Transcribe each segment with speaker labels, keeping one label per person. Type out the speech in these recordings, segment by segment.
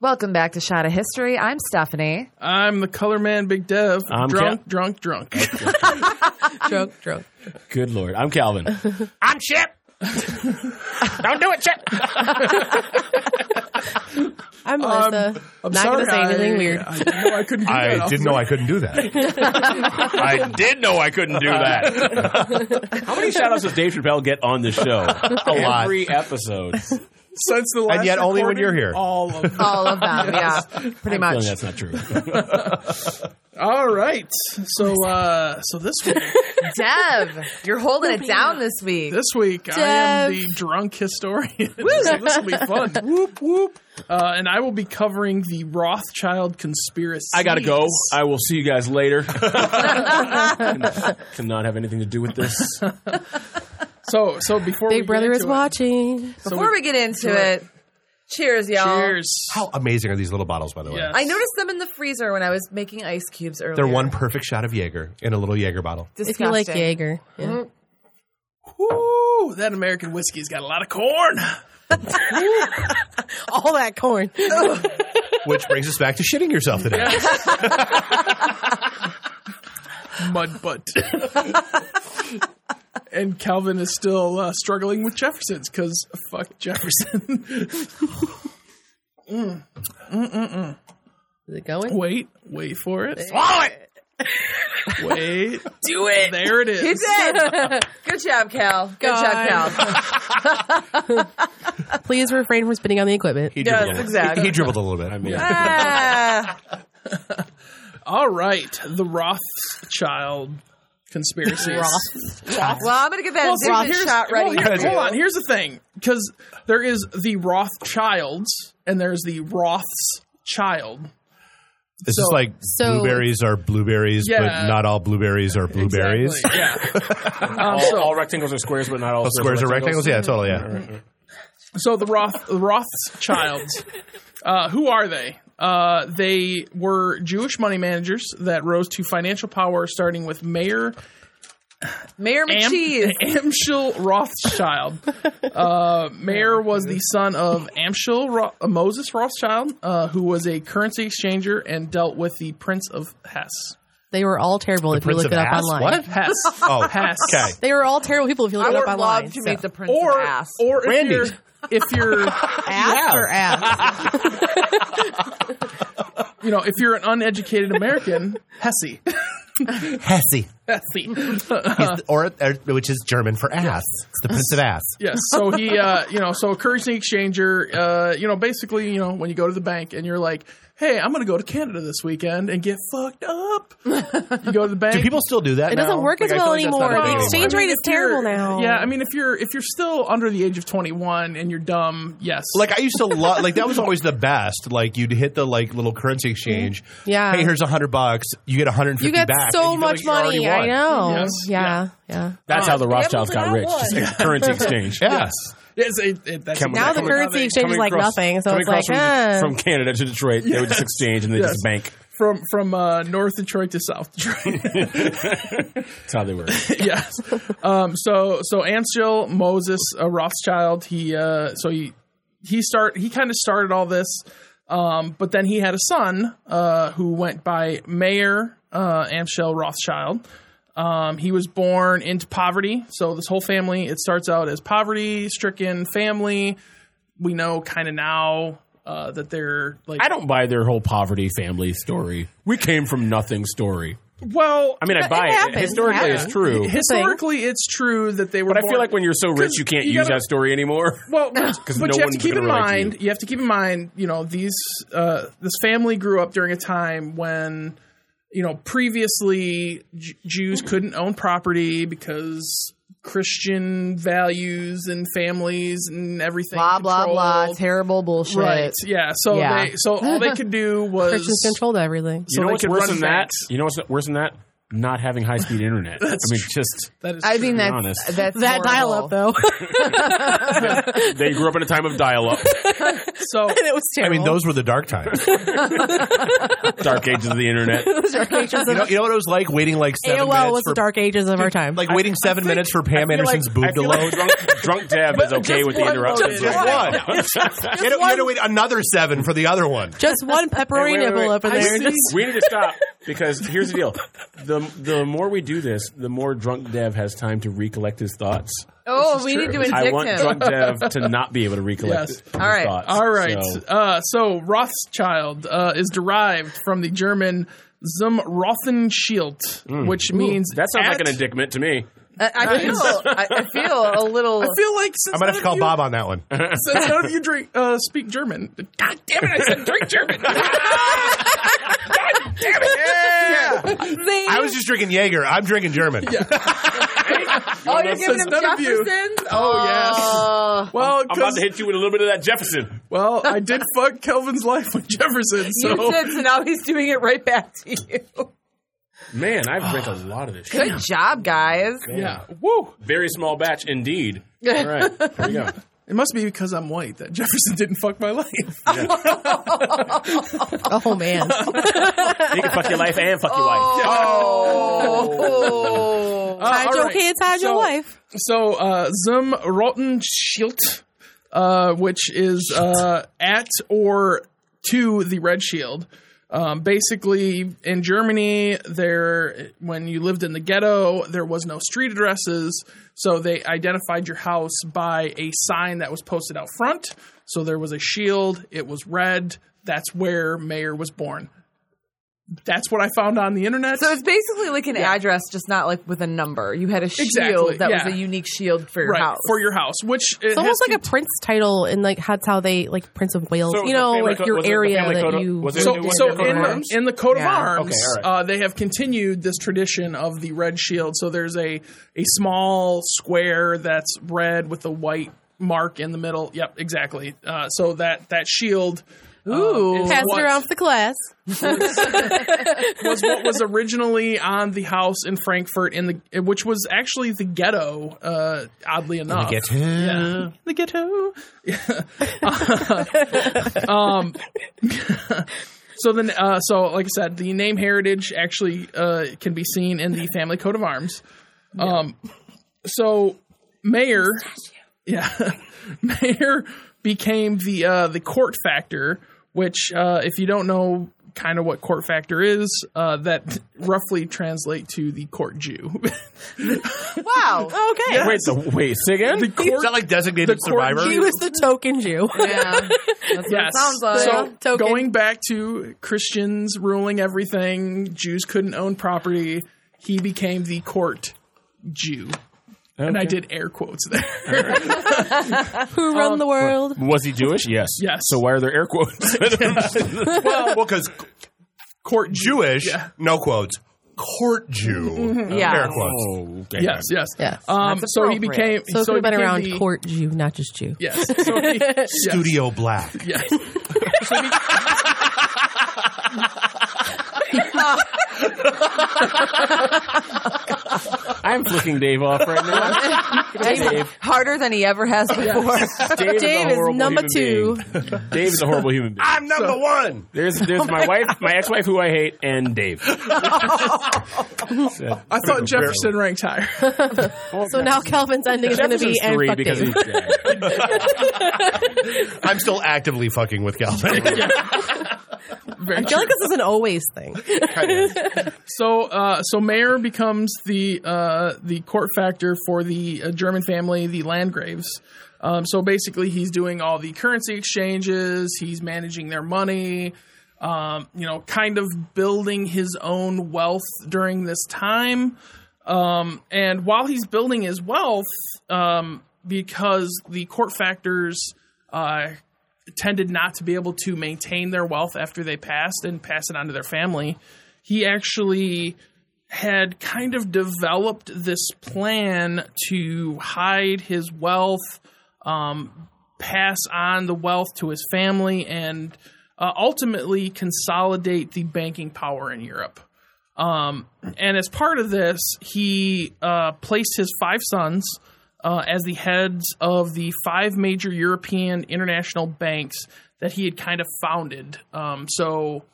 Speaker 1: Welcome back to Shot of History. I'm Stephanie.
Speaker 2: I'm the color man, Big Dev.
Speaker 3: I'm
Speaker 2: drunk, drunk, drunk,
Speaker 1: Drunk, drunk.
Speaker 3: Good lord. I'm Calvin.
Speaker 2: I'm Chip. Don't do it, Chip.
Speaker 4: I'm Melissa.
Speaker 2: Um, I'm
Speaker 4: Not
Speaker 2: sorry.
Speaker 4: gonna say anything
Speaker 2: I-
Speaker 4: weird.
Speaker 2: I, no, I couldn't. Do that.
Speaker 5: I
Speaker 2: was
Speaker 5: didn't know I couldn't do that.
Speaker 3: I did know I couldn't do that. How many shout outs does Dave Chappelle get on the show? A
Speaker 5: lot.
Speaker 3: Every episode. I'm
Speaker 2: Since the last
Speaker 5: And yet only when
Speaker 2: recording,
Speaker 5: you're here.
Speaker 2: All of them.
Speaker 1: All of them. Yeah, pretty
Speaker 3: feeling
Speaker 1: much.
Speaker 3: that's not true.
Speaker 2: all right. So, uh, so this week,
Speaker 1: Dev, you're holding it down this week.
Speaker 2: this week, I am
Speaker 4: Dev.
Speaker 2: the drunk historian. so this will be fun. whoop whoop. Uh, and I will be covering the Rothschild conspiracy.
Speaker 3: I gotta go. I will see you guys later. Cannot have anything to do with this.
Speaker 2: so, so before we
Speaker 4: Big
Speaker 2: get
Speaker 4: Brother is
Speaker 2: into it-
Speaker 4: watching.
Speaker 1: Before we get into
Speaker 2: Sure.
Speaker 1: it, cheers, y'all.
Speaker 2: Cheers.
Speaker 5: How amazing are these little bottles, by the way?
Speaker 2: Um, Yes.
Speaker 1: I noticed them in the freezer when I was making ice cubes earlier.
Speaker 5: They're one perfect shot of Jaeger in a little Jaeger bottle.
Speaker 4: If you
Speaker 1: Disgusting.
Speaker 4: like Jaeger. Yeah.
Speaker 2: Woo! That American whiskey's got a lot of corn.
Speaker 4: All that corn.
Speaker 5: Which brings us back to shitting yourself today.
Speaker 2: mud butt. and Calvin is still uh, struggling with Jefferson's because fuck Jefferson.
Speaker 4: Is it going?
Speaker 2: wait, wait for it. Swallow it. Wait,
Speaker 1: Do it.
Speaker 2: there it
Speaker 1: You
Speaker 2: is.
Speaker 1: did. Good job, Cal. Good
Speaker 4: God.
Speaker 1: job, Cal.
Speaker 4: Please refrain from spitting on the equipment.
Speaker 3: He dribbled a
Speaker 1: Yes,
Speaker 3: little.
Speaker 1: exactly.
Speaker 5: He dribbled a little bit.
Speaker 3: I mean,
Speaker 1: Ah.
Speaker 2: All right, the Rothschild conspiracy.
Speaker 1: well, I'm gonna get that
Speaker 2: Well,
Speaker 1: well, shot ready.
Speaker 2: well, here-
Speaker 1: for you.
Speaker 2: hold on. Here's the thing, because there is the Rothschilds and there's the Roth's child.
Speaker 5: This
Speaker 2: So-
Speaker 5: is like
Speaker 4: so-
Speaker 5: blueberries are blueberries,
Speaker 2: Yeah.
Speaker 5: but not all blueberries are blueberries.
Speaker 2: Exactly, Yeah. Um,
Speaker 3: all,
Speaker 2: so-
Speaker 3: all rectangles are squares, but not all,
Speaker 5: All squares are rectangles. Yeah, totally. Yeah.
Speaker 2: So the Roth the Rothschilds, uh, who are they? Uh, they were Jewish money managers that rose to financial power, starting with Mayor
Speaker 1: Mayor
Speaker 2: Am-
Speaker 1: McCheese.
Speaker 2: Amschel Rothschild. Uh, Mayer was the son of Amschel Ro- uh, Moses Rothschild, uh, who was a currency exchanger and dealt with the Prince of Hesse.
Speaker 4: They were all terrible if
Speaker 5: Prince
Speaker 4: you look
Speaker 5: of
Speaker 4: it up
Speaker 5: Ass?
Speaker 4: online.
Speaker 5: What?
Speaker 2: Hess.
Speaker 5: Oh,
Speaker 2: Hess.
Speaker 5: okay.
Speaker 4: They were all terrible people if you look
Speaker 1: I
Speaker 4: it
Speaker 1: would
Speaker 4: up online.
Speaker 1: love to
Speaker 4: so.
Speaker 1: meet the prince
Speaker 2: Or
Speaker 1: of ass.
Speaker 2: or if
Speaker 5: Randy.
Speaker 2: you're if you're
Speaker 4: ass or ass.
Speaker 2: you know, if you're an uneducated American, Hesse.
Speaker 5: Hesse,
Speaker 2: Hesse.
Speaker 5: or, or which is German for ass. It's the Prince of Ass.
Speaker 2: Yes. So he, uh, you know, so a currency exchanger, uh, you know, basically, you know, when you go to the bank and you're like, hey, I'm going to go to Canada this weekend and get fucked up. You go to the bank.
Speaker 5: Do people still do that?
Speaker 4: It doesn't work as well anymore.
Speaker 2: No,
Speaker 4: The exchange
Speaker 2: I mean,
Speaker 4: rate is
Speaker 2: if you're-
Speaker 4: terrible now.
Speaker 2: Yeah, I mean, if you're if you're still under the age of 21 and you're dumb, yes.
Speaker 5: Like I used to love, like that was always the best. Like you'd hit the like little currency exchange.
Speaker 4: Yeah.
Speaker 5: Hey, here's a hundred bucks. You get a hundred
Speaker 4: you
Speaker 5: fifty
Speaker 4: get
Speaker 5: back.
Speaker 4: so
Speaker 5: and you
Speaker 4: much
Speaker 5: feel like you already
Speaker 4: money. I
Speaker 5: won.
Speaker 4: know.
Speaker 2: Yes.
Speaker 4: Yeah. Yeah.
Speaker 3: That's how the Rothschilds
Speaker 1: Yeah, but
Speaker 3: got rich.
Speaker 1: not
Speaker 3: Just a currency exchange.
Speaker 5: Yeah.
Speaker 2: Yes, it- it- that's
Speaker 3: Coming-
Speaker 4: Now the
Speaker 2: exactly how
Speaker 4: currency
Speaker 2: they-
Speaker 4: exchange is
Speaker 3: Coming
Speaker 4: like
Speaker 3: across-
Speaker 4: nothing. So
Speaker 3: coming
Speaker 4: it's like,
Speaker 3: across
Speaker 4: eh.
Speaker 3: from, from Canada to Detroit, they would just exchange and they
Speaker 2: Yes.
Speaker 3: just bank.
Speaker 2: from from uh, North Detroit to South Detroit.
Speaker 3: That's how they were.
Speaker 2: yes. Um, so so Ansel Moses uh, Rothschild. He uh, so he he start he kind of started all this, um, but then he had a son uh, who went by Mayor uh, Amschel Rothschild. Um, he was born into poverty, so this whole family it starts out as poverty stricken family. We know kind of now uh, that they're like
Speaker 3: I don't buy their whole poverty family story. We came from nothing story.
Speaker 2: well.
Speaker 3: I mean, I
Speaker 4: It
Speaker 3: buy it.
Speaker 4: happens.
Speaker 3: Historically, it's
Speaker 4: Yeah.
Speaker 3: true.
Speaker 2: historically, it's true that they were.
Speaker 3: But I
Speaker 2: born-
Speaker 3: feel like when you're so rich,
Speaker 2: Because
Speaker 3: you can't
Speaker 2: you
Speaker 3: use
Speaker 2: gotta-
Speaker 3: that story anymore.
Speaker 2: Well, but,
Speaker 3: 'Cause
Speaker 2: but
Speaker 3: no
Speaker 2: you have
Speaker 3: one's
Speaker 2: to keep
Speaker 3: gonna
Speaker 2: in
Speaker 3: relate to
Speaker 2: mind, you. have to keep in mind, you know, these uh, this family grew up during a time when, you know, previously J- Jews couldn't own property because Christian values and families and everything.
Speaker 4: Blah blah blah.
Speaker 2: controlled.
Speaker 4: Terrible bullshit.
Speaker 2: Right. Yeah. So
Speaker 4: Yeah.
Speaker 2: they so all they could do was
Speaker 4: Christians controlled everything.
Speaker 3: you know
Speaker 2: they
Speaker 3: what's
Speaker 2: could
Speaker 3: worse
Speaker 2: run
Speaker 3: than
Speaker 2: facts.
Speaker 3: that? You know what's worse than that? Not having high speed internet. I mean, just
Speaker 2: That is
Speaker 1: I
Speaker 2: true.
Speaker 1: mean, that's
Speaker 3: honest.
Speaker 1: that's
Speaker 4: That dial
Speaker 1: horrible.
Speaker 4: up though,
Speaker 3: they grew up in a time of dial up,
Speaker 2: so
Speaker 4: it was
Speaker 5: I
Speaker 4: terrible.
Speaker 5: mean, those were the dark times.
Speaker 3: dark ages of the internet.
Speaker 4: Those dark ages
Speaker 5: You
Speaker 4: of
Speaker 5: know, you know what it was like waiting like seven
Speaker 4: AOL
Speaker 5: minutes
Speaker 4: was
Speaker 5: for
Speaker 4: the dark ages of our time.
Speaker 5: like waiting seven minutes for Pam Anderson's boob to load.
Speaker 3: Drunk, drunk Deb is okay with the
Speaker 2: one
Speaker 3: interruptions.
Speaker 2: voted.
Speaker 3: right
Speaker 5: Just
Speaker 3: now.
Speaker 5: You had, to, you had to wait another seven for the other one.
Speaker 4: just one pepperoni
Speaker 3: Wait, wait,
Speaker 4: nipple
Speaker 3: wait.
Speaker 4: up in
Speaker 3: I
Speaker 4: there. and
Speaker 3: see.
Speaker 4: just-
Speaker 3: we need to stop because here's the deal: the the more we do this, the more drunk Dev has time to recollect his thoughts.
Speaker 1: Oh, we need to
Speaker 3: I
Speaker 1: indict
Speaker 3: want
Speaker 1: him.
Speaker 3: drunk Dev to not be able to recollect
Speaker 2: Yes.
Speaker 3: his all
Speaker 1: right.
Speaker 3: thoughts.
Speaker 2: All right.
Speaker 3: So,
Speaker 2: Uh, so Rothschild uh, is derived from the German zum Rothenschild, which means
Speaker 3: Hmm. that sounds like
Speaker 2: at-
Speaker 3: an indictment to me.
Speaker 1: I, I feel I, I feel a little.
Speaker 2: I feel like since
Speaker 5: I'm gonna have to
Speaker 2: none
Speaker 5: call
Speaker 2: of you-
Speaker 5: Bob on that one.
Speaker 2: Since none of you drink, uh, speak German. God damn it! I said drink German.
Speaker 5: I was just drinking Jaeger. I'm drinking German.
Speaker 1: oh, you're
Speaker 2: Since
Speaker 1: giving him
Speaker 2: none of you-
Speaker 1: Jeffersons.
Speaker 2: Oh,
Speaker 1: yes.
Speaker 2: well,
Speaker 3: I'm about to
Speaker 2: 'cause-
Speaker 3: hit you with a little bit of that Jefferson.
Speaker 2: well, I did fuck Kelvin's life with Jefferson. So
Speaker 1: You did, so now he's doing it right back to you.
Speaker 3: Man, I've drank a lot of this. shit.
Speaker 1: Good job, guys.
Speaker 2: yeah,
Speaker 3: Woo! Very small batch indeed. All right, there you go.
Speaker 2: it must be because I'm white that Jefferson didn't fuck my life.
Speaker 4: oh man,
Speaker 3: You can fuck your life and fuck your wife.
Speaker 1: Oh.
Speaker 2: Uh,
Speaker 4: it's
Speaker 2: all right.
Speaker 4: okay. It's hide your
Speaker 2: So-
Speaker 4: wife.
Speaker 2: So, uh, zum roten Schild, uh, which is uh, at or to the red shield. Um, basically, in Germany, there when you lived in the ghetto, there was no street addresses, so they identified your house by a sign that was posted out front. So there was a shield; it was red. That's where Mayer was born. That's what I found on the internet.
Speaker 1: So it's basically like an address, just not like with a number. You had a shield
Speaker 2: Exactly,
Speaker 1: that
Speaker 2: yeah.
Speaker 1: was a unique shield for your
Speaker 2: right
Speaker 1: house.
Speaker 2: for your house, which
Speaker 4: It's almost like a prince title, and like that's how they like Prince of Wales.
Speaker 3: So
Speaker 4: you know,
Speaker 3: the family
Speaker 4: like
Speaker 3: co-
Speaker 4: your
Speaker 3: was it the
Speaker 4: area
Speaker 3: family
Speaker 4: that
Speaker 3: code-
Speaker 4: you.
Speaker 3: was it
Speaker 2: so,
Speaker 3: They do
Speaker 2: so
Speaker 3: one year
Speaker 2: in,
Speaker 3: coat of
Speaker 2: the, in the coat
Speaker 1: Yeah.
Speaker 2: of arms,
Speaker 3: Okay, all right.
Speaker 2: uh, they have continued this tradition of the red shield. So there's a a small square that's red with a white mark in the middle. Yep, exactly. Uh, so that that shield. Ooh,
Speaker 4: Pass it
Speaker 2: what,
Speaker 4: around for the class.
Speaker 2: was what was originally on the house in Frankfurt, in the which was actually the ghetto. Uh, oddly enough,
Speaker 5: Yeah.
Speaker 2: the ghetto. um, so then, uh, so like I said, the name heritage actually uh, can be seen in the family coat of arms. Um, so mayor, yeah, mayor became the uh, the court factor, which uh, if you don't know. Kind of what court factor is uh, that roughly translate to the court Jew.
Speaker 1: wow.
Speaker 4: Okay,
Speaker 3: Wait, the, wait, say again?
Speaker 2: the
Speaker 5: Is
Speaker 2: court
Speaker 5: that like designated
Speaker 2: The court
Speaker 5: survivor?
Speaker 4: he was the token Jew.
Speaker 1: yeah. That's what
Speaker 2: Yes.
Speaker 1: it sounds like.
Speaker 2: So
Speaker 4: Token.
Speaker 2: going back to Christians ruling everything, Jews couldn't own property. He became the court Jew. And I did air quotes there.
Speaker 4: Who run the world?
Speaker 3: Was he Jewish? Yes.
Speaker 2: Yes.
Speaker 3: So why are there air quotes?
Speaker 5: well, because
Speaker 2: court Jew.
Speaker 5: Jewish,
Speaker 2: Yeah.
Speaker 5: no quotes. Court Jew,
Speaker 1: Mm-hmm. Yeah.
Speaker 5: air quotes.
Speaker 3: oh, okay.
Speaker 2: Yes, yes.
Speaker 4: Yes.
Speaker 2: Um,
Speaker 1: That's
Speaker 2: so he
Speaker 1: appropriate.
Speaker 2: became
Speaker 4: So, it could
Speaker 2: he
Speaker 4: have been
Speaker 2: became
Speaker 4: around
Speaker 2: the-
Speaker 4: court Jew, not just Jew.
Speaker 2: Yes. So he, yes.
Speaker 5: Studio Black.
Speaker 2: Yes.
Speaker 3: I'm flicking Dave off right now. Dave.
Speaker 1: Harder than he ever has before.
Speaker 4: Dave
Speaker 3: Dave, is, a
Speaker 4: is
Speaker 3: horrible
Speaker 4: number
Speaker 3: human
Speaker 4: two.
Speaker 3: being. Dave is a horrible human being.
Speaker 5: I'm number one.
Speaker 3: There's
Speaker 2: Oh
Speaker 3: there's my, wife, my ex-wife who I hate, and Dave.
Speaker 2: I thought Jefferson ranked higher.
Speaker 4: So now Calvin's ending is going to be and
Speaker 3: three
Speaker 4: fuck
Speaker 3: because
Speaker 4: Dave.
Speaker 3: he's dead.
Speaker 5: I'm still actively fucking with Calvin.
Speaker 4: I feel like this is an always thing.
Speaker 2: So, uh, so Mayer becomes the uh, the court factor for the uh, German family, the Landgraves. Um, so basically, he's doing all the currency exchanges. He's managing their money. Um, you know, kind of building his own wealth during this time. Um, and while he's building his wealth, um, because the court factors uh, tended not to be able to maintain their wealth after they passed and pass it on to their family, he actually had kind of developed this plan to hide his wealth, um, pass on the wealth to his family, and uh, ultimately consolidate the banking power in Europe. Um, and as part of this, he uh, placed his five sons uh, as the heads of the five major European international banks that he had kind of founded. Um, so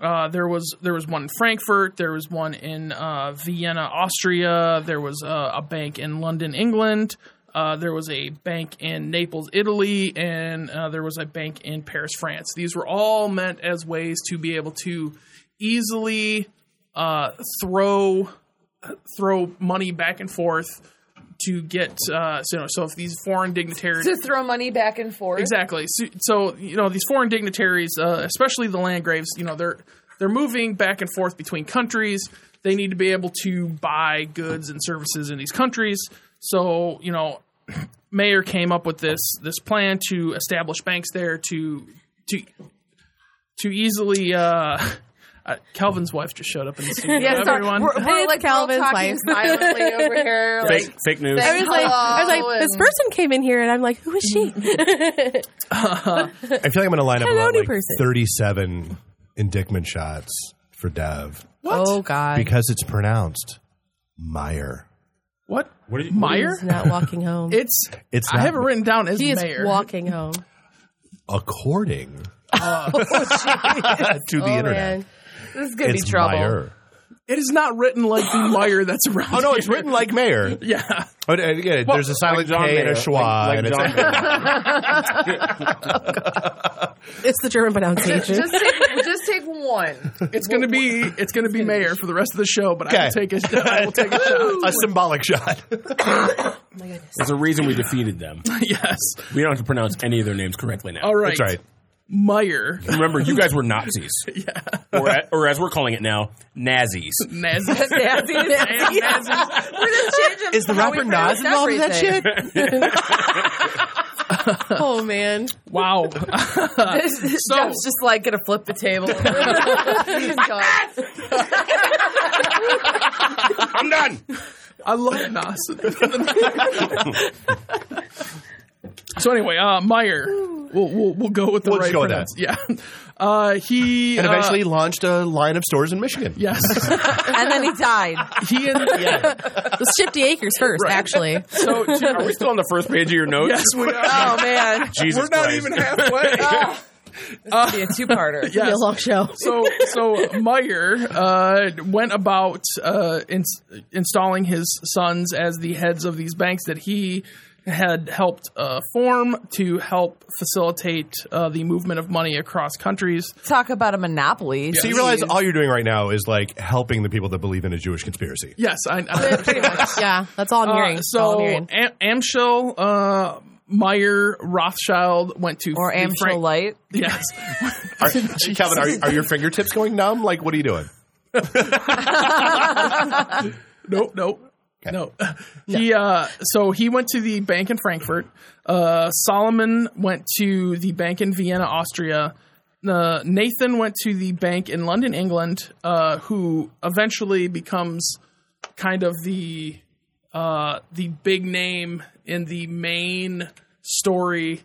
Speaker 2: uh, there was there was one in Frankfurt, there was one in uh, Vienna, Austria, there was uh, a bank in London, England. Uh, there was a bank in Naples, Italy, and uh, there was a bank in Paris, France. These were all meant as ways to be able to easily uh, throw throw money back and forth to get uh, so, you know, so if these foreign dignitaries
Speaker 1: to throw money back and forth.
Speaker 2: Exactly. So, so you know these foreign dignitaries, uh, especially the landgraves, you know they're they're moving back and forth between countries. They need to be able to buy goods and services in these countries. So you know, Mayer came up with this this plan to establish banks there to to to easily. Uh, uh, Calvin's wife just showed up in the studio.
Speaker 1: Yeah, sorry.
Speaker 2: everyone.
Speaker 1: We're, we're
Speaker 4: It's
Speaker 1: like Calvin's talking
Speaker 4: Calvin's wife.
Speaker 1: silently over here. Like,
Speaker 3: Fake, fake news.
Speaker 4: I was like, I was
Speaker 1: Hello,
Speaker 4: like, this
Speaker 1: and-
Speaker 4: person came in here, and I'm like, who is she?
Speaker 5: I feel like I'm going to line up
Speaker 4: Hello,
Speaker 5: about
Speaker 4: new
Speaker 5: like
Speaker 4: person.
Speaker 5: 37 indictment shots for Dev
Speaker 4: Oh God,
Speaker 5: because it's pronounced Meyer.
Speaker 2: what?
Speaker 3: What did you-
Speaker 2: Meyer?
Speaker 4: he's not walking home.
Speaker 2: It's
Speaker 5: It's
Speaker 2: I
Speaker 5: not-
Speaker 2: have it written down as
Speaker 4: he is
Speaker 2: mayor.
Speaker 4: walking home.
Speaker 5: According to the
Speaker 4: oh
Speaker 5: internet,
Speaker 4: man,
Speaker 1: this is gonna
Speaker 5: it's
Speaker 1: be trouble.
Speaker 5: Meyer.
Speaker 2: It is not written like the Meyer that's around.
Speaker 5: Oh no, it's written like Mayor.
Speaker 2: Yeah.
Speaker 5: But uh, yeah, there's a silent
Speaker 3: John
Speaker 5: K and a
Speaker 3: Mayer.
Speaker 5: schwa,
Speaker 3: Like- like
Speaker 5: and it's
Speaker 3: John Mayer.
Speaker 4: it's the German pronunciation.
Speaker 1: Just take, just take one.
Speaker 2: It's gonna be it's gonna be mayor for the rest of the show, but I will
Speaker 5: Okay.
Speaker 2: take a I will take a shot.
Speaker 5: a symbolic shot.
Speaker 3: There's a reason we defeated them.
Speaker 2: yes.
Speaker 3: We don't have to pronounce any of their names correctly now.
Speaker 2: All right.
Speaker 5: That's right.
Speaker 2: Meyer.
Speaker 3: Remember, you guys were Nazis. yeah. Or, a- or as we're calling it now, Nazis.
Speaker 2: Naz-
Speaker 1: Nazi, Nazi, Nazi. We're just changing
Speaker 5: Is the
Speaker 1: how we
Speaker 5: rapper
Speaker 1: pronounce
Speaker 5: Nas involved in that
Speaker 1: everything.
Speaker 5: shit?
Speaker 4: oh man,
Speaker 2: wow. Uh, So-
Speaker 1: Jeff's just like gonna flip the table. He's done.
Speaker 3: I'm done.
Speaker 2: I love Nas. so anyway, uh, Meyer. We'll, we'll we'll go with the
Speaker 5: We'll
Speaker 2: right
Speaker 5: just go with
Speaker 2: pronounce- Yeah. Uh, he
Speaker 5: And
Speaker 2: uh,
Speaker 5: eventually launched a line of stores in Michigan.
Speaker 2: yes.
Speaker 1: and then he died.
Speaker 2: He and
Speaker 4: let's ship the acres first. Actually,
Speaker 3: So, dude, are we still on the first page of your notes?
Speaker 2: yes, we are.
Speaker 1: Oh man,
Speaker 3: Jesus
Speaker 2: We're not
Speaker 3: Christ.
Speaker 2: even halfway.
Speaker 1: be a two-parter.
Speaker 4: it'll be
Speaker 2: yes.
Speaker 4: a long show.
Speaker 2: so so Meyer uh, went about uh, ins- installing his sons as the heads of these banks that he had helped uh, form to help facilitate uh, the movement of money across countries.
Speaker 1: Talk about a monopoly.
Speaker 5: So you realize all you're doing right now is like helping the people that believe in a Jewish conspiracy.
Speaker 2: Yes, I, I
Speaker 1: Pretty much.
Speaker 4: Yeah, that's all I'm hearing.
Speaker 2: Uh,
Speaker 4: That's all
Speaker 2: so
Speaker 4: I'm hearing.
Speaker 2: Am- Amschel, uh, Meyer, Rothschild went to
Speaker 1: Or
Speaker 2: the
Speaker 1: Amtrak
Speaker 2: Frank-
Speaker 1: Light.
Speaker 2: Yes,
Speaker 5: Are, Calvin, are, are your fingertips going numb? Like, what are you doing?
Speaker 2: nope, nope. No. He uh so he went to the bank in Frankfurt. Uh Solomon went to the bank in Vienna, Austria. Uh, Nathan went to the bank in London, England, uh who eventually becomes kind of the uh the big name in the main story.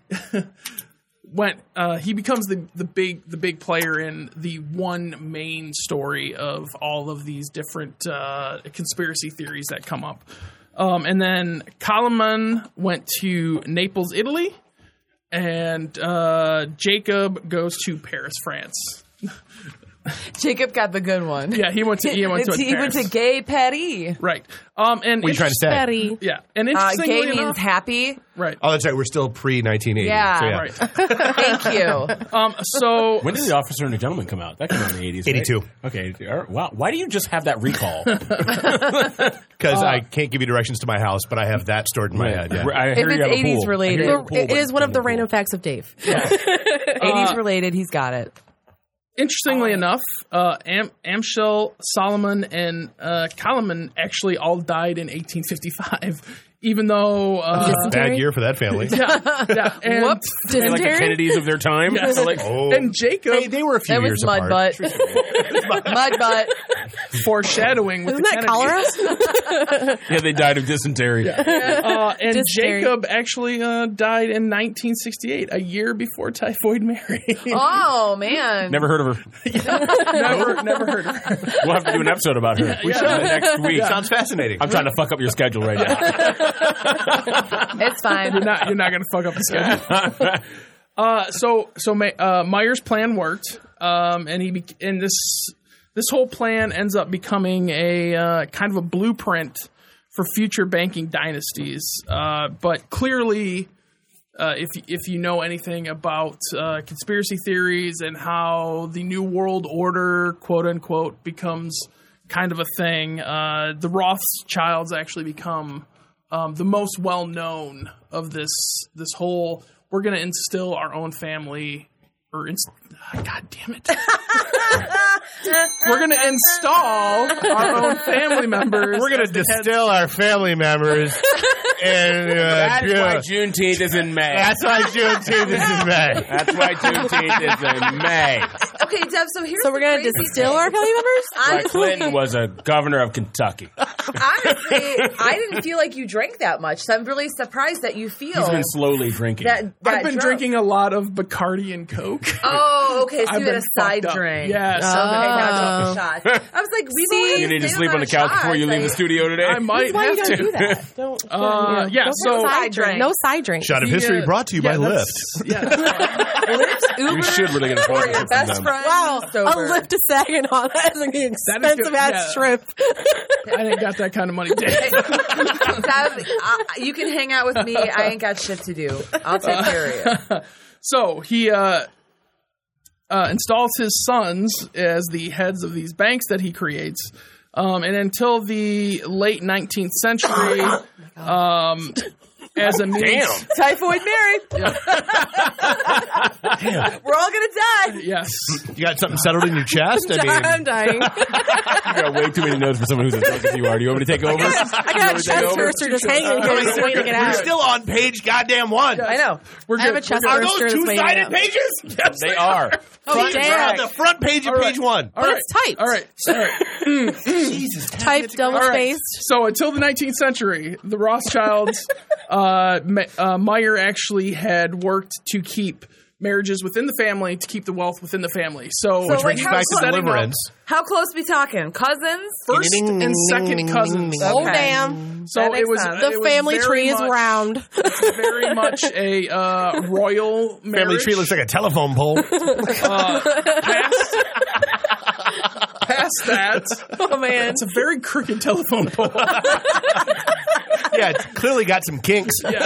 Speaker 2: went uh he becomes the the big the big player in the one main story of all of these different uh conspiracy theories that come up um and then Kalaman went to Naples Italy and uh Jacob goes to Paris France
Speaker 1: Jacob got the good one.
Speaker 2: yeah he went to he went to,
Speaker 1: he went to
Speaker 2: Paris.
Speaker 1: gay petty.
Speaker 2: right um and
Speaker 5: What are you trying to say?
Speaker 4: Patty.
Speaker 2: yeah and
Speaker 1: Uh,
Speaker 2: interestingly
Speaker 1: gay means
Speaker 2: enough-
Speaker 1: happy.
Speaker 2: right
Speaker 5: Oh, that's right. We're still pre 1980.
Speaker 1: Yeah.
Speaker 2: right
Speaker 1: Thank you.
Speaker 2: um so
Speaker 3: When did The Officer and the Gentleman come out? That came out in the 80s. right?
Speaker 5: 82.
Speaker 3: Okay. 82. All right. Wow. Why do you just have that recall?
Speaker 5: Because
Speaker 4: Uh,
Speaker 5: I can't give you directions to my house, but I have that stored in my head. Yeah.
Speaker 3: I
Speaker 1: If
Speaker 3: hear you
Speaker 1: it's
Speaker 3: have a
Speaker 1: 80s
Speaker 3: pool. I
Speaker 1: related.
Speaker 3: hear you have a pool,
Speaker 4: It
Speaker 3: but-
Speaker 4: is one of the random facts of Dave.
Speaker 2: Uh,
Speaker 1: 80s related. He's got it.
Speaker 2: interestingly enough, uh, Am- Amschel, Solomon, and uh, Kalaman actually all died in 1855, even though. Uh,
Speaker 5: Bad year for that family.
Speaker 2: yeah, and,
Speaker 3: They're like the Kennedys of their time.
Speaker 2: Yes.
Speaker 3: They're like,
Speaker 5: Oh.
Speaker 2: and Jacob.
Speaker 5: Hey, they were a few
Speaker 1: That
Speaker 5: years
Speaker 1: was mud
Speaker 5: apart.
Speaker 1: butt. mud butt.
Speaker 2: foreshadowing with
Speaker 4: Isn't
Speaker 2: the
Speaker 4: that
Speaker 2: Kennedy.
Speaker 4: cholera?
Speaker 3: Yeah, they died of dysentery.
Speaker 2: Uh, and
Speaker 4: Dysentery.
Speaker 2: Jacob actually uh, died in 1968, a year before Typhoid Mary.
Speaker 1: Oh man.
Speaker 3: Never heard of her.
Speaker 2: never, never heard of her.
Speaker 3: We'll have to do an episode about her. we should next week.
Speaker 5: Sounds fascinating.
Speaker 3: I'm trying to fuck up your schedule right now.
Speaker 1: It's fine.
Speaker 2: You're not, you're not going to fuck up the schedule. uh, so, so Ma- uh, Meyer's plan worked, um, and he bec and this this whole plan ends up becoming a uh, kind of a blueprint for future banking dynasties. Uh, but clearly, uh, if if you know anything about uh, conspiracy theories and how the new world order, quote unquote, becomes kind of a thing, uh, the Rothschilds actually become um, the most well known of this this whole. We're going to instill our own family, or inst- God damn it. We're going to install our own family members.
Speaker 5: We're going to distill our family members. and uh, yeah.
Speaker 3: Juneteenth is in May.
Speaker 5: That's why Juneteenth is in May.
Speaker 3: That's why Juneteenth is in May.
Speaker 1: Okay, Deb. So here's
Speaker 4: so we're gonna
Speaker 1: the crazy
Speaker 4: distill
Speaker 1: thing.
Speaker 4: our family members.
Speaker 3: Why
Speaker 1: I,
Speaker 3: Clinton was a governor of Kentucky.
Speaker 1: honestly, I didn't feel like you drank that much, so I'm really surprised that you feel
Speaker 3: He's been slowly drinking.
Speaker 1: Oh. that, that
Speaker 2: I've been
Speaker 1: drunk.
Speaker 2: drinking a lot of Bacardi and Coke.
Speaker 1: Oh, okay. So
Speaker 2: I've
Speaker 1: you had
Speaker 2: been
Speaker 1: a side
Speaker 2: fucked up.
Speaker 1: drink. Oh,
Speaker 2: Yes,
Speaker 1: Okay,
Speaker 4: I've
Speaker 1: gotcha. Shots. I was like, we
Speaker 3: Uh. you need to sleep on the couch before you leave the studio today.
Speaker 2: I might
Speaker 4: That's why you
Speaker 2: have
Speaker 4: don't
Speaker 2: to.
Speaker 4: do that. Don't.
Speaker 2: Uh, yeah,
Speaker 4: Don't
Speaker 2: so-
Speaker 4: have
Speaker 1: Side drink.
Speaker 4: No side drink.
Speaker 5: Shot of history brought to you by Lyft.
Speaker 2: Yeah.
Speaker 3: you should really get a
Speaker 1: Or your
Speaker 3: partnership from
Speaker 1: best
Speaker 3: them.
Speaker 1: friend.
Speaker 4: Wow,
Speaker 1: sober.
Speaker 4: a lift to Saginaw. That is an expensive ass
Speaker 2: yeah.
Speaker 4: trip.
Speaker 2: I didn't got that kind of money.
Speaker 1: Deb, I, you can hang out with me. I ain't got shit to do. I'll take care of you.
Speaker 2: So he uh, uh, installs his sons as the heads of these banks that he creates. Um, and until the late 19th century,
Speaker 4: Oh
Speaker 2: um, as a means,
Speaker 3: Damn.
Speaker 1: Typhoid Mary. We're all gonna die.
Speaker 2: yes,
Speaker 5: You got something settled in your chest? I mean,
Speaker 4: I'm dying.
Speaker 3: You got way too many notes for someone who's as drunk as you are. Do you want me to take over?
Speaker 4: I got a chest burster just hanging here, just waiting to get
Speaker 5: you're
Speaker 4: out.
Speaker 5: still on page goddamn one.
Speaker 1: I know.
Speaker 2: we're
Speaker 4: I have a
Speaker 2: good.
Speaker 4: chest
Speaker 5: Are
Speaker 4: burster
Speaker 5: those
Speaker 4: just
Speaker 5: two
Speaker 4: waiting
Speaker 5: sided
Speaker 4: out.
Speaker 5: pages? Yes,
Speaker 3: They are.
Speaker 4: Oh
Speaker 5: They're on
Speaker 4: damn!
Speaker 5: the front page of
Speaker 2: All right.
Speaker 5: page one.
Speaker 2: All right,
Speaker 4: it's typed.
Speaker 2: All right, all right.
Speaker 5: Jesus.
Speaker 4: Type double spaced.
Speaker 2: So until the 19th century, the Rothschilds, uh, Ma- uh, Meyer actually had worked to keep marriages within the family to keep the wealth within the family. So,
Speaker 1: Which
Speaker 5: brings
Speaker 1: Like,
Speaker 5: back
Speaker 1: how
Speaker 5: to
Speaker 1: setting up-
Speaker 5: deliverance.
Speaker 1: How close we talking? Cousins?
Speaker 2: first and second cousins.
Speaker 4: Oh
Speaker 1: Okay.
Speaker 4: damn!
Speaker 2: So
Speaker 1: That makes
Speaker 2: it was uh,
Speaker 1: sense.
Speaker 4: The
Speaker 2: it was
Speaker 4: family
Speaker 2: very
Speaker 4: tree is
Speaker 2: much-
Speaker 4: round.
Speaker 2: Very much a uh, royal marriage.
Speaker 5: Family tree looks like a telephone pole.
Speaker 2: past, past that.
Speaker 4: Oh man!
Speaker 2: It's a very crooked telephone pole.
Speaker 5: yeah, it's clearly got some kinks.
Speaker 1: Oh.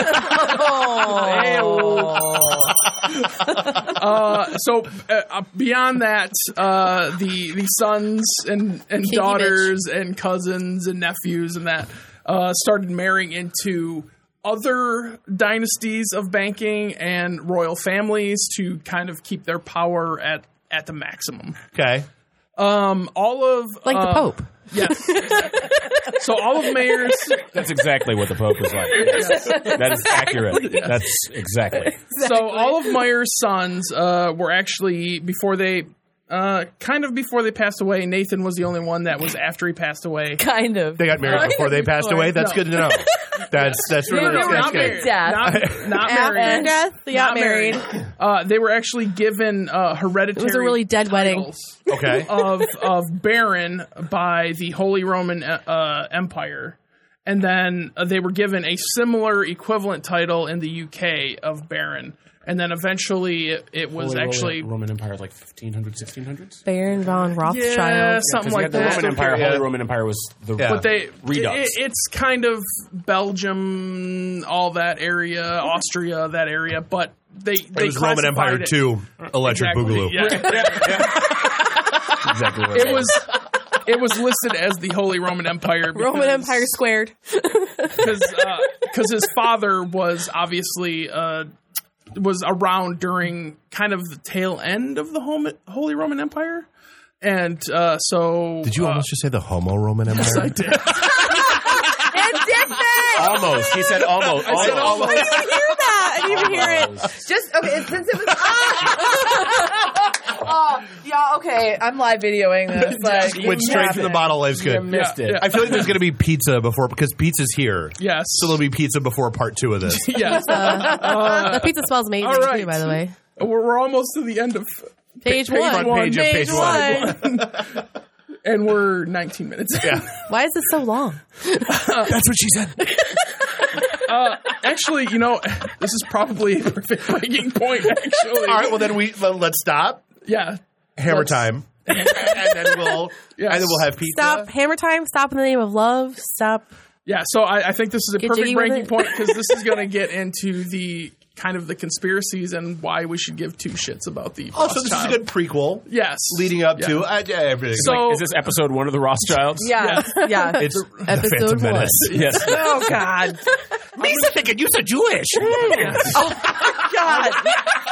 Speaker 2: Uh, so uh, uh, beyond that, uh, the the sons and and
Speaker 4: Kinky
Speaker 2: daughters and cousins and nephews and that uh, started marrying into other dynasties of banking and royal families to kind of keep their power at at the maximum. Um,
Speaker 5: Okay.
Speaker 2: All of
Speaker 4: Like the
Speaker 2: uh,
Speaker 4: Pope.
Speaker 2: Yes. so all of Mayer's
Speaker 3: That's exactly what the Pope was like. Yes. That is accurate. That's exactly.
Speaker 2: so all of Meyer's sons uh, were actually before they uh, kind of before they passed away. Nathan was the only one that was after he passed away.
Speaker 4: Kind of.
Speaker 5: They got married before they passed away. That's good to know. That's that's really
Speaker 2: they
Speaker 5: that's,
Speaker 2: were
Speaker 5: that's
Speaker 2: not
Speaker 5: good.
Speaker 2: married.
Speaker 1: Death.
Speaker 2: Not, not
Speaker 4: After
Speaker 2: married.
Speaker 4: death, they got
Speaker 2: Not
Speaker 4: married.
Speaker 2: Uh, they were actually given uh, hereditary.
Speaker 4: It was a really dead wedding.
Speaker 2: titles
Speaker 5: Okay.
Speaker 2: of of baron by the Holy Roman uh, Empire, and then uh, they were given a similar equivalent title in the UK of baron, and then eventually it, it was actually
Speaker 3: Roman Empire, like 1500s, 1600s.
Speaker 4: Baron von Rothschild.
Speaker 2: yeah, something
Speaker 3: Because
Speaker 2: like
Speaker 3: the
Speaker 2: that.
Speaker 3: Roman Empire,
Speaker 5: Yeah.
Speaker 3: Holy Roman Empire was the
Speaker 5: Yeah.
Speaker 2: but they
Speaker 3: Redux.
Speaker 2: it- it's kind of Belgium, all that area, Austria, that area, but they
Speaker 5: It
Speaker 2: they
Speaker 5: was Roman
Speaker 2: classified
Speaker 5: Empire
Speaker 2: it.
Speaker 5: two, Electric
Speaker 2: Exactly,
Speaker 5: Boogaloo.
Speaker 2: yeah.
Speaker 3: exactly what
Speaker 2: It was it was listed as the Holy Roman Empire. Because,
Speaker 4: Roman Empire squared.
Speaker 2: because his father was obviously uh, was around during kind of the tail end of the Hom- Holy Roman Empire, and uh, so
Speaker 5: Did you
Speaker 2: uh,
Speaker 5: almost just say the Homo Roman Empire? Yes, I did.
Speaker 1: And different.
Speaker 3: almost. He said almost. I said almost.
Speaker 4: I didn't hear that. I didn't even hear it.
Speaker 1: Just okay. Since it was oh, yeah, okay. I'm live videoing this. Like,
Speaker 5: Went straight from the bottle. Life's good.
Speaker 3: missed
Speaker 2: Yeah,
Speaker 3: it.
Speaker 2: yeah.
Speaker 5: I feel like there's going to be pizza before because pizza's here.
Speaker 2: Yes.
Speaker 5: So there'll be pizza before part two of this.
Speaker 2: yes.
Speaker 4: Uh, the pizza smells amazing
Speaker 2: all right.
Speaker 4: too, by the way.
Speaker 2: We're, we're almost to the end of
Speaker 4: Page one.
Speaker 2: one.
Speaker 5: page of page one.
Speaker 2: and we're 19 minutes. in.
Speaker 4: Why is it so long?
Speaker 5: That's what she said.
Speaker 2: Actually, you know, this is probably a perfect breaking point. Actually,
Speaker 5: All right. Well, then we let- let's stop.
Speaker 2: yeah.
Speaker 5: Hammer
Speaker 2: Let's-
Speaker 5: time. and then we'll and then we'll have pizza.
Speaker 4: Stop hammer time. Stop in the name of love. Stop.
Speaker 2: Yeah, so I, I think this is a
Speaker 4: Get
Speaker 2: perfect
Speaker 4: jiggy with
Speaker 2: breaking
Speaker 4: it.
Speaker 2: point because this is going to get into the kind of the conspiracies and why we should give two shits about the.
Speaker 5: Also,
Speaker 2: lost
Speaker 5: Oh, this
Speaker 2: child.
Speaker 5: is a good prequel.
Speaker 2: Yes,
Speaker 5: Leading up
Speaker 2: Yeah.
Speaker 5: to uh, yeah, everything.
Speaker 2: So-
Speaker 3: Is this episode one of the Rothschilds?
Speaker 1: Yeah, yeah.
Speaker 5: it's
Speaker 4: Episode
Speaker 5: Phantom
Speaker 4: one.
Speaker 5: Menace.
Speaker 3: Yes.
Speaker 1: Oh God,
Speaker 5: Lisa thinking you're so Jewish.
Speaker 1: God,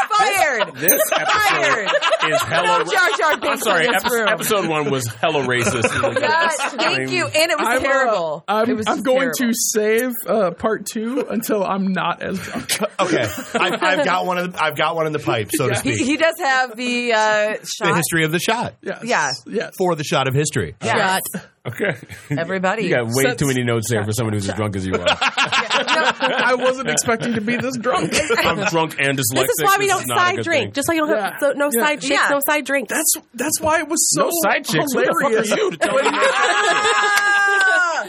Speaker 1: fired,
Speaker 3: This episode
Speaker 1: fired.
Speaker 3: is
Speaker 1: No
Speaker 3: hella.
Speaker 1: Jar Jar
Speaker 3: I'm
Speaker 1: Binks
Speaker 3: sorry.
Speaker 1: in this
Speaker 3: epi-
Speaker 1: room.
Speaker 3: episode one was hella racist.
Speaker 1: God, thank you. And it was
Speaker 2: I'm, uh,
Speaker 1: terrible.
Speaker 2: I'm,
Speaker 1: it was
Speaker 2: I'm
Speaker 1: just
Speaker 2: going to
Speaker 1: terrible.
Speaker 2: save uh, part two until I'm not as drunk.
Speaker 5: okay, I've, I've got one. Of the, I've got one in the pipe, so to
Speaker 1: He,
Speaker 5: speak.
Speaker 1: he does have the uh,
Speaker 5: the
Speaker 1: shot.
Speaker 5: history of the shot
Speaker 2: Yes.
Speaker 1: Yeah.
Speaker 2: Yes.
Speaker 5: for the shot of history.
Speaker 1: Yes.
Speaker 4: Shot.
Speaker 3: Okay.
Speaker 1: Everybody.
Speaker 3: You got way
Speaker 2: Sets-
Speaker 3: too many notes there for somebody who's as drunk as you are.
Speaker 2: I wasn't expecting to be this drunk.
Speaker 3: I'm drunk and dyslexic.
Speaker 4: This is why we
Speaker 3: This
Speaker 4: don't
Speaker 3: not a
Speaker 4: side
Speaker 3: good
Speaker 4: drink.
Speaker 3: thing.
Speaker 4: Just like you don't have
Speaker 2: Yeah.
Speaker 4: so, no
Speaker 2: Yeah.
Speaker 4: side chicks,
Speaker 1: Yeah.
Speaker 4: no side drinks.
Speaker 2: That's that's why it was so
Speaker 3: no side chicks. Who the fuck
Speaker 2: hilarious.
Speaker 3: are you to tell me that?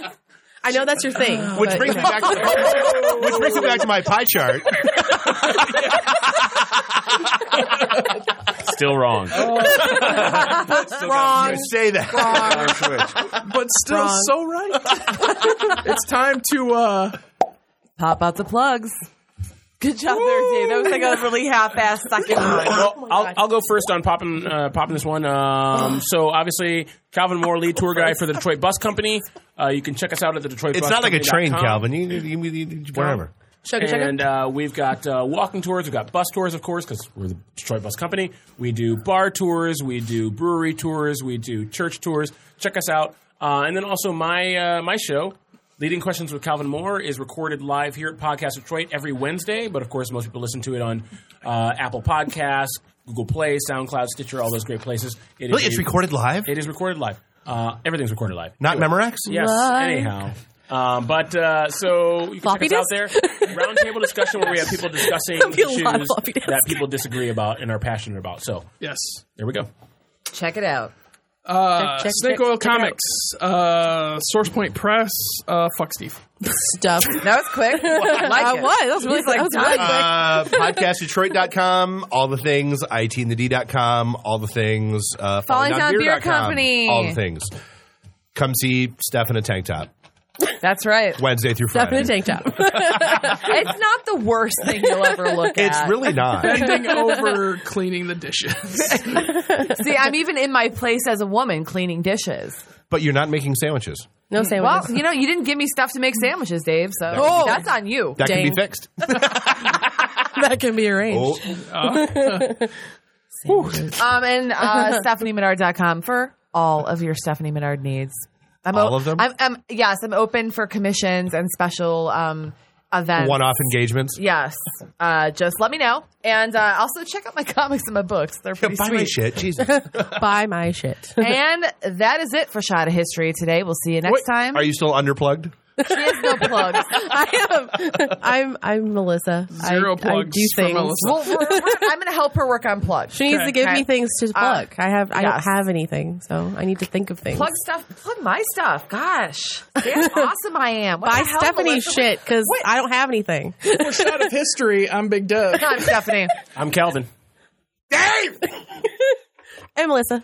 Speaker 1: Ah!
Speaker 4: I know that's your thing.
Speaker 5: Which
Speaker 4: but,
Speaker 5: brings
Speaker 4: you
Speaker 5: me
Speaker 4: know.
Speaker 5: back to which brings me back to my pie chart.
Speaker 3: Still wrong.
Speaker 5: I say that.
Speaker 2: but still so right. it's time to uh
Speaker 1: Pop out the plugs. Good job there, Dave. That was like a really half-assed second one.
Speaker 3: Well, I'll, I'll go first on popping uh, popping this one. Um, so obviously, Calvin Moore, lead tour guy for the Detroit Bus Company. Uh, you can check us out at the Detroit.
Speaker 5: It's
Speaker 3: Bus
Speaker 5: not like a train,
Speaker 3: Company.com.
Speaker 5: Calvin. You, you, you, you, wherever.
Speaker 4: Sugar, sugar.
Speaker 3: And uh, we've got uh, walking tours, we've got bus tours, of course, because we're the Detroit Bus Company. We do bar tours, we do brewery tours, we do church tours. Check us out, uh, and then also my uh, my show. Leading Questions with Calvin Moore is recorded live here at Podcast Detroit every Wednesday, but of course, most people listen to it on uh, Apple Podcasts, Google Play, SoundCloud, Stitcher, all those great places. It
Speaker 5: Really,
Speaker 3: is
Speaker 5: it's
Speaker 3: a-
Speaker 5: recorded live,
Speaker 3: It is recorded live. Uh, everything's recorded live.
Speaker 5: not Memorex.
Speaker 3: Yes.
Speaker 4: Right.
Speaker 3: Anyhow. Um, but uh, so you can
Speaker 4: Floppy
Speaker 3: check us
Speaker 4: disk?
Speaker 3: out there. Roundtable discussion where we have people discussing
Speaker 4: That'd be a
Speaker 3: issues
Speaker 4: lot of floppy disk.
Speaker 3: that people disagree about and are passionate about. So
Speaker 2: yes.
Speaker 3: there we go.
Speaker 1: Check it out.
Speaker 2: Uh,
Speaker 4: Check, check,
Speaker 2: Snake
Speaker 4: check,
Speaker 2: Oil
Speaker 4: check it out.
Speaker 2: Comics, uh, Source Point Press, uh, fuck Steve.
Speaker 4: stuff.
Speaker 1: That was quick. I like
Speaker 4: Uh,
Speaker 1: it.
Speaker 4: what? That was really
Speaker 1: He's
Speaker 4: quick.
Speaker 1: like,
Speaker 4: That was really
Speaker 1: done.
Speaker 5: Uh, podcastdetroit.com, all the things, itandthd.com, all the things, uh,
Speaker 1: Falling Down Beer
Speaker 5: dot com,
Speaker 1: Company.
Speaker 5: all the things. Come see Steph in a tank top
Speaker 1: That's right.
Speaker 5: Wednesday through
Speaker 4: Stuff in
Speaker 5: Friday.
Speaker 4: a tank top.
Speaker 1: It's not the worst thing you'll ever look at.
Speaker 5: It's really not.
Speaker 2: Bending over cleaning the dishes.
Speaker 1: See, I'm even in my place as a woman cleaning dishes.
Speaker 5: but you're not making sandwiches.
Speaker 4: No
Speaker 1: Well,
Speaker 4: sandwiches.
Speaker 1: you know, you didn't give me stuff to make sandwiches, Dave. So that's on you.
Speaker 5: That can
Speaker 4: Dang.
Speaker 5: be fixed.
Speaker 4: that can be arranged.
Speaker 5: Oh,
Speaker 1: Um, and uh, StephanieMenard.com for all of your Stephanie Menard needs. I'm
Speaker 5: All of them?
Speaker 1: I'm, I'm, yes, I'm open for commissions and special um, events.
Speaker 5: One off engagements.
Speaker 1: Yes. Uh, just let me know. And uh, also check out my comics and my books. They're pretty
Speaker 5: Buy
Speaker 1: sweet.
Speaker 5: my shit. Jesus.
Speaker 4: Buy my shit.
Speaker 1: And that is it for Shot of History today. We'll see you next
Speaker 5: Wait,
Speaker 1: time.
Speaker 5: Are you still underplugged?
Speaker 1: She has no plugs.
Speaker 4: I am. I'm. I'm Melissa.
Speaker 2: Zero
Speaker 4: I, I
Speaker 2: plugs
Speaker 4: do
Speaker 2: for
Speaker 4: things.
Speaker 2: Melissa.
Speaker 1: well, we're, we're, I'm going to help her work on plugs.
Speaker 4: She needs to give me things to plug. I have.
Speaker 1: Uh,
Speaker 4: I
Speaker 1: yes.
Speaker 4: don't have anything, so I need to think of things.
Speaker 1: Plug stuff. Plug my stuff. Gosh, damn awesome I am. What
Speaker 4: Buy
Speaker 1: the hell,
Speaker 4: Stephanie's
Speaker 1: Melissa?
Speaker 4: shit because
Speaker 1: What?
Speaker 4: I don't have anything.
Speaker 2: Out of history, I'm Big Dev.
Speaker 1: I'm Stephanie.
Speaker 3: I'm Calvin.
Speaker 4: And Melissa.